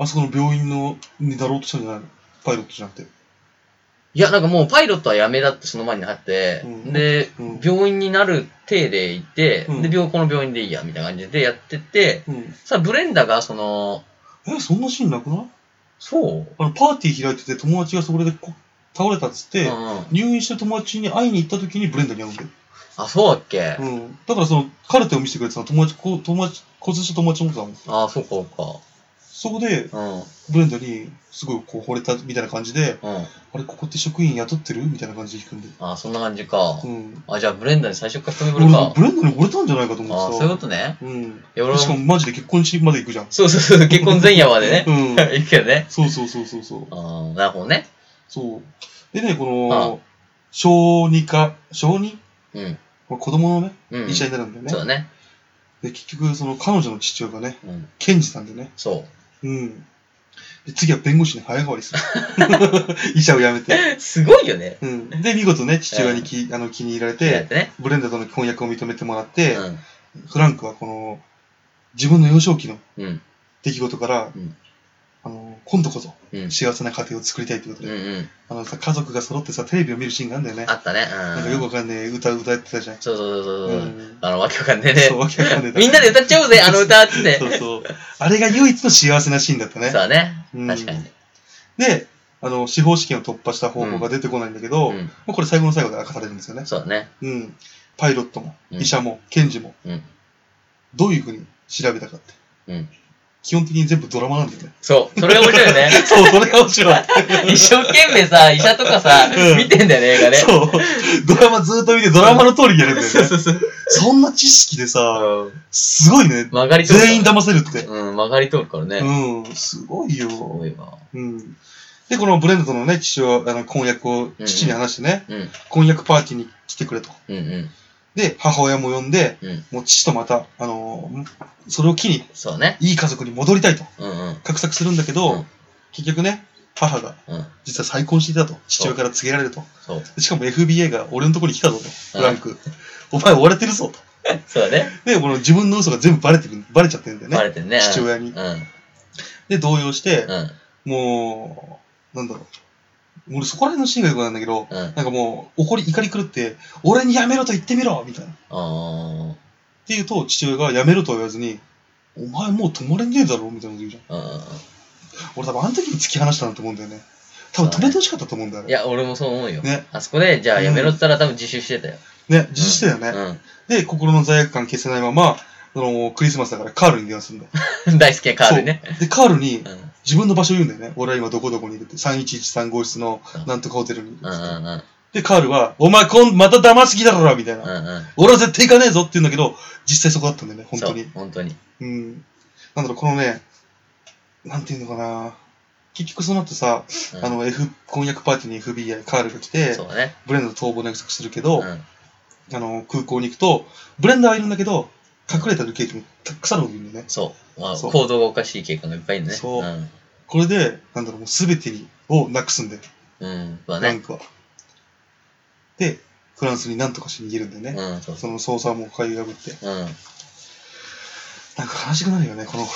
C: あそこの病院のになろうとしたんじゃないのパイロットじゃなくて。
B: いや、なんかもうパイロットはやめだってその前になって、
C: うん
B: で、
C: うん
B: 病院になる体で行って、
C: うん
B: で、病、この病院でいいや、みたいな感じでやってて、
C: うん。
B: さ、ブレンダーがその、
C: え、そんなシーンなくない
B: そう
C: あの、パーティー開いてて友達がそこでこ倒れたっつっ
B: うん
C: て、
B: うん。
C: 入院してる友達に会いに行った時にブレンダに会うんだよ。
B: あ、そうだっけ
C: うん。だからその、カルテを見せてくれてたの友達、こ友達、骨折した友達のことだもん。
B: ああ、そうか、そう
C: そこで、
B: か。うん。
C: ブレンダに、すごいこう惚れたみたいな感じで、
B: うん。
C: あれ、ここって職員雇ってるみたいな感じで聞くんで。
B: ああ、そんな感じか
C: う。ん。
B: あ、じゃあブレンダーに最初から飛び
C: 俺、
B: ぶるか。
C: ブレンダに惚れたんじゃないかと思
B: ああ、
C: っ
B: そ
C: て
B: ういう
C: さ
B: こ。とね。
C: うん。
B: いや、俺も
C: しかもマジで結婚式まで行くじゃん。
B: そうそう そう、結婚前夜までね。
C: うん。
B: 行くけどね。
C: そうそうそうそうそう。
B: ああ、なるほどね。
C: そう。でね、こ
B: あ
C: の、小児科、小児
B: うん。
C: まあ子供のね、
B: うん。
C: 医者
B: そう
C: になるんだよね。
B: だね。
C: で、結局、その彼女の父親がね、
B: うん。
C: 検事なんでね。
B: そ
C: うん。で、次は弁護士に早変わり する。 医者を辞めて。
B: う。すごいよね。
C: うん。で、見事ね、父親にき、あの気に入られ、
B: やっててね。
C: ブレンダとの婚約を認めてもらって、
B: う
C: フランクはこの、自分の幼少期の
B: ん。うん。
C: 出来事から、
B: うん
C: あの、今度こそ
B: うん。
C: 幸せな家庭を作りたいということ
B: うん
C: で、
B: うん。
C: あのさ、家族が揃ってさ、テレビを見るシーンがあるんだよね。
B: あったね。うん。
C: なんかよくわかんねえ歌歌ってたじゃん。
B: そうそうそうそう。
C: う
B: うんあの、わけわかんねえ
C: そう、
B: ね。
C: わけわかんねえ
B: みんなで歌っちゃおうぜ、あの歌っつって。
C: そうそう。あれが唯一の幸せなシーンだったね
B: そう。だね。
C: うん
B: 確かにね。
C: で、あの、司法試験を突破した方法が出てこないんだけど、
B: う
C: も
B: ん。
C: うこれ最後の最後で明かされるんですよね。
B: そうだね。
C: うん。パイロットも、
B: うん
C: 医者も、検事も、
B: うん
C: どういうふうに調べたかって。
B: うん
C: 基本的に全部ドラマなんだよね。
B: そう。それが面白いよ ね。
C: そう、それが 面白い。
B: 一生懸命さ、医者とかさ
C: うん、
B: 見てんだよね、映画ね。
C: そう。ドラマずっと見て、ドラマの通りにやるんだよね。
B: そうそうそう。
C: そんな知識でさ、
B: うん
C: すごいね。
B: 曲がり通る。
C: 全員騙せるって。
B: うん、曲がり通るからね。
C: うん、すごいよ。
B: すごいわ。
C: うん。で、このブレンドとのね、父を、あの、婚約を父に話してね、
B: うん、
C: 婚約パーティーに来てくれと。
B: うん、うん。
C: で、母親も呼んで、
B: うん
C: もう父とまた、あのーそれを機に、
B: そうだね。
C: いい家族に戻りたいと、
B: うん、うん。
C: 画策するんだけど、
B: うん
C: 結局ね、母が、
B: うん
C: 実は再婚していたと、父親から告げられると。
B: そう。
C: でしかも FBA が俺のところに来たぞと、フランク。お前追われてるぞと。
B: そうだね。
C: で、この自分の嘘が全部バレてる、バレちゃってるんだよ
B: バ
C: ね。
B: レてんね。
C: 父親に
B: うん、うん。
C: で、動揺して、
B: うん、
C: もう、なんだろう。俺そこら辺のシーンがよくないんだけど、
B: うん。
C: なんかもう、怒り、怒り狂って、俺にやめろと言ってみろみたいな。っ
B: あ
C: て言うと、父親がやめろとは言わずに、お前もう止まれねえだろみたいなこと言うじゃん。
B: ーうん
C: 俺多分あの時に突き放したんだと思うんだよね。多分止めてほしかったと思うんだよ
B: うん。い
C: ね。
B: や、俺もそう思うよ。
C: ね。
B: あそこで、じゃあやめろって言ったら多分自首してたよ。
C: ね、自首してたよね。
B: う
C: で、心の罪悪感消せないまま、その、クリスマスだからカールに電話するんだよ。
B: ん。大好 きなカールね。
C: そう。で、カールに
B: うん、うん、
C: 自分の場所言うんだよね。俺は今どこどこにいるって。3113号室の
B: うん
C: なんとかホテルにいるっ
B: う
C: つって
B: ん、うん。
C: で、カールは、お前こん、また騙す気だろみたいな。
B: うん、うん。
C: 俺は絶対行かねえぞって言うんだけど、実際そこだったんだよね、本当に
B: そう。。本当に。
C: うん。なんだろう、このね、なんていうのかな。結局その後さ、
B: うん
C: あの、F、婚約パーティーに FBI、カールが来て
B: そ、うだね。
C: ブレンダーと逃亡の約束するけ
B: う
C: ど、
B: ん。
C: あの、空港に行くと、ブレンダーはいるんだけど、隠れてるケーキもたくさんあるのいるんだよね。
B: そう。まあ、
C: そう
B: 行動がおかしい警官がいっぱいいるね。。
C: そうんこれで、なんだろう、もう全てにをなくすんだよ、
B: うん。そう
C: ラ
B: だ
C: ン
B: ね。
C: クは。で、フランスになんとかしに逃げるんだよね。
B: うん、そうそ
C: その捜査も買い破って。
B: う。うん。
C: なんか悲しくなるよね、この。、
B: こ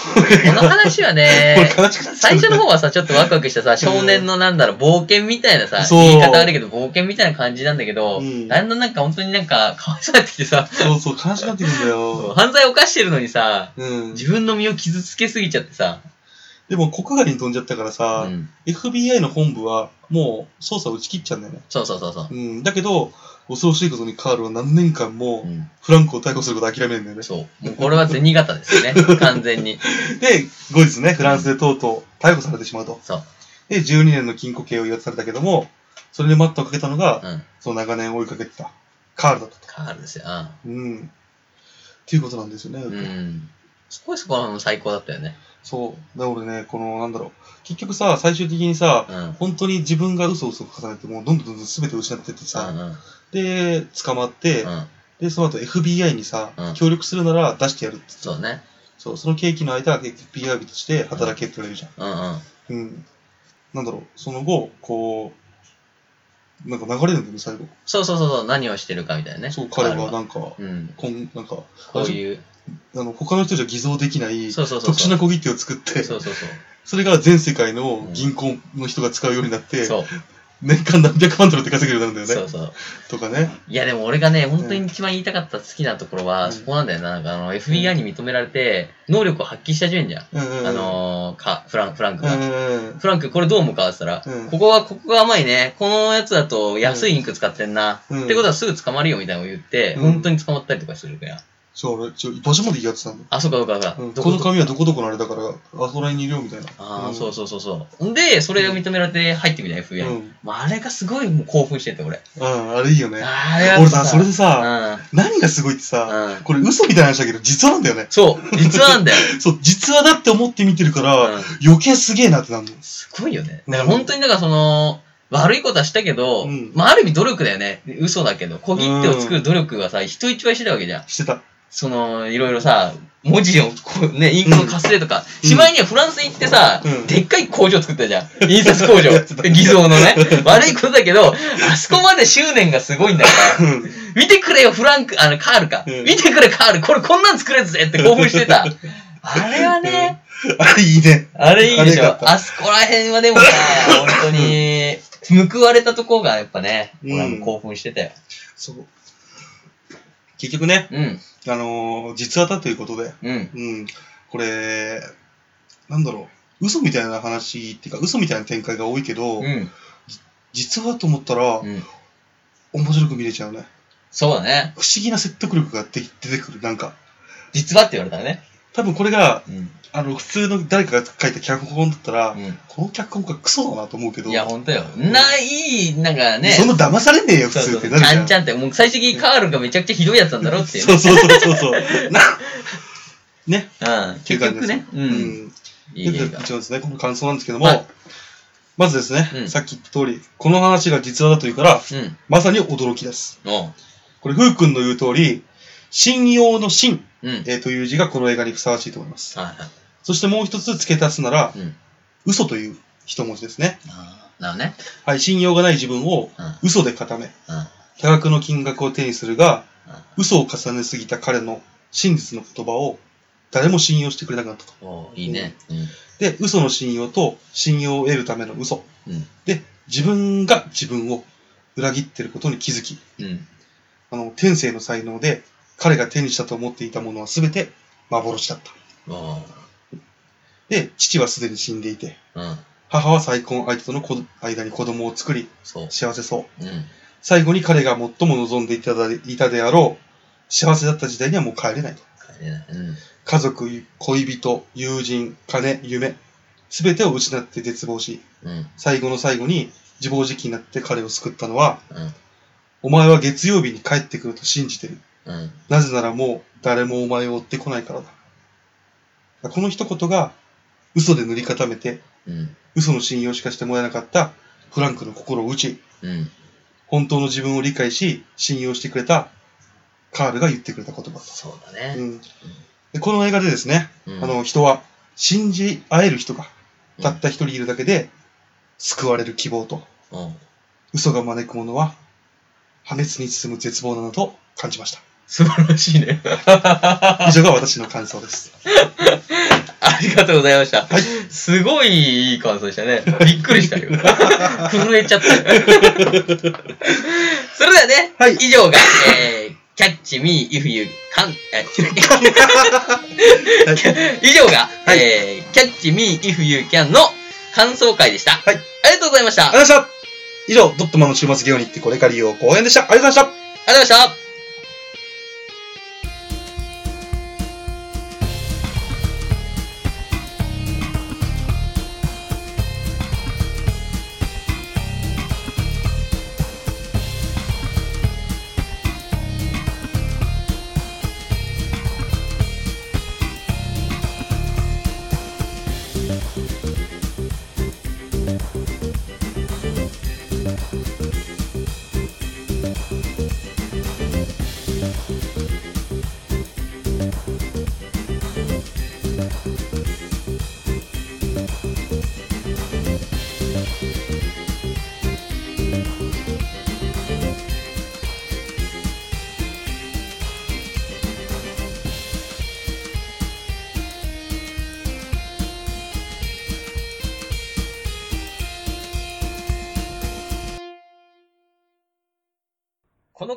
B: の話はね
C: これ悲しくなっちゃう
B: 最
C: ね
B: 初の方はさ、ちょっとワクワクしたさ、少年のなんだろう、冒険みたいなさ、
C: そう
B: 言い方あるけど、冒険みたいな感じなんだけど、
C: うん
B: だんだんなんか本当になんか、かわいそうになってきてさ、
C: そうそう、悲しくなってくるんだよ。
B: 犯罪を犯してるのにさ、
C: うん。
B: 自分の身を傷つけすぎちゃってさ、
C: でも国外に飛んじゃったから
B: う
C: さ、
B: ん。
C: FBI の本部はもう捜査を打ち切っちゃうんだよね。
B: そうそうそうそう。
C: うん。だけど、恐ろしいことにカールは何年間
B: う
C: も
B: ん、
C: フランクを逮捕することを諦めるんだよね。
B: そう。もうこれは銭形です よね。完全に。
C: で、後日ね、フランスでとうとう逮捕されてしまうと。
B: そう。
C: で、12年の禁錮刑を言わされたけども、それに待ったをかけたのが、
B: うん。
C: その長年追いかけてたカールだったと。
B: カールですよ。うん
C: うん。っていうことなんですよね。
B: うん。すごいそこら辺も最高だったよね。
C: そう。で、俺ね、この、なんだろう。結局さ、最終的にさ、
B: うん。うん
C: 本当に自分が嘘を嘘を重ねて、もうどんどんどんどん全てを失ってって
B: う
C: さ、
B: ん。
C: で、捕まって、
B: うん。
C: で、その後 FBI にさ、
B: うん
C: 協力するなら出してやるって。
B: そうだね。
C: そう、その契機の間、FBI として働けって言われるじゃ
B: う
C: ん。
B: んうん。
C: うん。なんだろう、その後、こう、なんか流れるんだよね、最後。
B: そうそうそうそう、何をしてるかみたいなね。
C: そう、彼
B: カー
C: は
B: ルは
C: なんか、
B: うん。
C: こん、なんか、
B: こういう。
C: あの、他の人じゃ偽造できない、
B: そうそうそうそう。
C: 特殊な小切手を作って、
B: そうそうそう。
C: それが全世界の銀行の人が使うようになって、
B: そう。
C: 年間何百万ドルって稼げるようになるんだよ
B: そ
C: ね。
B: うそう。
C: とかね。
B: いや、でも俺がね、本当に一番言いたかった好きなところ
C: うん
B: は、そこなんだよな。なんかあの、FBI に認められて、能力を発揮し始めんじゃん。
C: うんうんうん。
B: あのー、か、フラン、フランク
C: うん
B: が。
C: うんうん。
B: フランク、これどう思うかって言ったら、
C: うん
B: ここは、ここが甘いね。このやつだと安いインク使ってんな。
C: うん
B: ってことはすぐ捕まるよみたいなのを言って、
C: うん
B: 本当に捕まったりとかするから。
C: そう、俺、ちょ、場所まで言い合ってたんだ。
B: あ、そうかそうかそうか。
C: うん
B: ど
C: こ
B: こ
C: の紙はどこどこのあれだから、あそこら辺にいるよみたいな。
B: ああ、そう
C: そ
B: そうそうそう。んで、それが認められて入ってみたい、
C: う
B: FBI
C: ん。う
B: に。
C: ん。
B: まあ、あれがすごいもう興奮してて、俺。
C: うん、あれいいよね。
B: あれ
C: 俺さ、それでさ、
B: さ、
C: 何がすごいって
B: う
C: さ、
B: ん。うん。
C: これ嘘みたいな話だけど、実話なんだよね。
B: そう、実は なんだよ。
C: そう、実話だって思って見てるから、
B: うん
C: 余計すげえなってなるの。
B: すごいよね。
C: うん
B: だから本当に、だからその、悪いことはしたけど、
C: うん
B: まあ、ある意味努力だよね。嘘だけど、小切手を作る努力はさ、人一倍してたわけじゃん。
C: してた。
B: その、いろいろさ、文字をこう、ね、インクの活性とか、
C: うん
B: しまいにはフランス行ってさ、
C: うん
B: でっかい工場作ったじゃ ん。印刷工場
C: やってた。
B: 偽造のね。悪いことだけど、あそこまで執念がすごいんだから、
C: うん。
B: 見てくれよ、フランク、あの、カールか。
C: うん
B: 見てくれ、カール、これこんなん作れるぜって興奮して た。あれはね、
C: あれいいね。
B: あれいいでし
C: あれよかっ
B: ょ。
C: た
B: あそこら辺はでもさ、本当に、報われたとこがやっぱね、
C: うん
B: 俺はもう興奮してたよ。
C: そう。結局ね、
B: うん、
C: あのー実話だということで、
B: うん、
C: うん、これ、なんだろう、嘘みたいな話っていうか、嘘みたいな展開が多いけど、
B: うん、
C: 実話と思ったら、
B: うん。
C: 面白く見れちゃうね。
B: そうだね。
C: 不思議な説得力がで出てくる、なんか。
B: 実はって言われたらね。
C: 多分これが、
B: うん、
C: あの、普通の誰かが書いた脚本だったら、
B: うん。
C: この脚本がクソだなと思うけど、
B: いや、ほんとよ。ない、なんかね、
C: そんな騙されねえよ、普
B: そう
C: 通
B: そ
C: っ
B: う
C: て
B: ち
C: なるじ
B: ゃ
C: ゃん。
B: んちゃんって、もう最終的にカールがめちゃくちゃひどいやつなんだろうっていう
C: そ
B: ね。
C: うそうそうそう そう。な、ね。
B: うん、結局ね。う。
C: うんん。
B: いい映
C: で
B: 画
C: 一。応ですね、この感想なんですけども、
B: はい
C: まずですね、
B: うん
C: さっき言った通り、この話が実話だというから、
B: うん。
C: まさに驚きです。
B: おう。
C: これ、ふうくんの言う通り、信用の信、
B: うん。はい
C: えーという字がこの映画にふさわしいと思います。
B: は
C: そしてもう一つ付け足すなら、
B: い。うん。
C: 嘘という一文字ですね。
B: あーなるほどね。
C: はい、信用がない自分を
B: うん。
C: 嘘で固め、
B: うん。
C: 多額の金額を手にするが
B: うん、
C: 嘘を重ねすぎた彼の真実の言葉を誰も信用してくれなくなったと。
B: おういいね。うん。
C: で、嘘の信用と信用を得るための嘘。
B: うん
C: で、自分が自分を裏切ってることに気づき、
B: うん。
C: あの、天性の才能で彼が手にしたと思っていたものは全て幻だった。
B: おう
C: で、父はすでに死んでいて、
B: うん。
C: 母は再婚相手との子間に子供を作り、
B: そう。
C: 幸せそう。
B: うん。
C: 最後に彼が最も望んでいただいたであろう、幸せだった時代にはもう帰れない。
B: 帰れない。うん。
C: 家族、恋人、友人、金、夢、すべてを失って絶望し、
B: うん。
C: 最後の最後に自暴自棄になって彼を救ったのは、
B: うん。
C: お前は月曜日に帰ってくると信じてる。
B: うん。
C: なぜならもう誰もお前を追ってこないからだ。この一言が嘘で塗り固めて、
B: うん。
C: 嘘の信用しかしてもらえなかったフランクの心を打ち、
B: うん。
C: 本当の自分を理解し、信用してくれたカールが言ってくれた言葉
B: そうだ
C: だ。う
B: ね。
C: ん、でこの映画でですね、
B: うん
C: あ、の人は信じ合える人が
B: うん
C: たった一人いるだけで救われる希望と
B: うん。
C: 嘘が招くものは破滅に進む絶望なのと感じました。
B: 素晴らしいね。
C: 以上が私の感想です。
B: ありがとうございました。
C: はい
B: すごいいい感想でしたね。びっくりしたよ。 震えちゃったよ。 それではね、
C: はい
B: 以上が、えー、キャッチミーイフユカン、え 以上が、
C: はい
B: えー、キャッチミーイフユキャンの感想会でした。
C: はい
B: ありがとうございました。あ
C: ありがとうございました以上、ドットマンの週末ゲオに行ってこれから利用公演でした。ありがとうござい
B: り
C: ました
B: がとうございました。この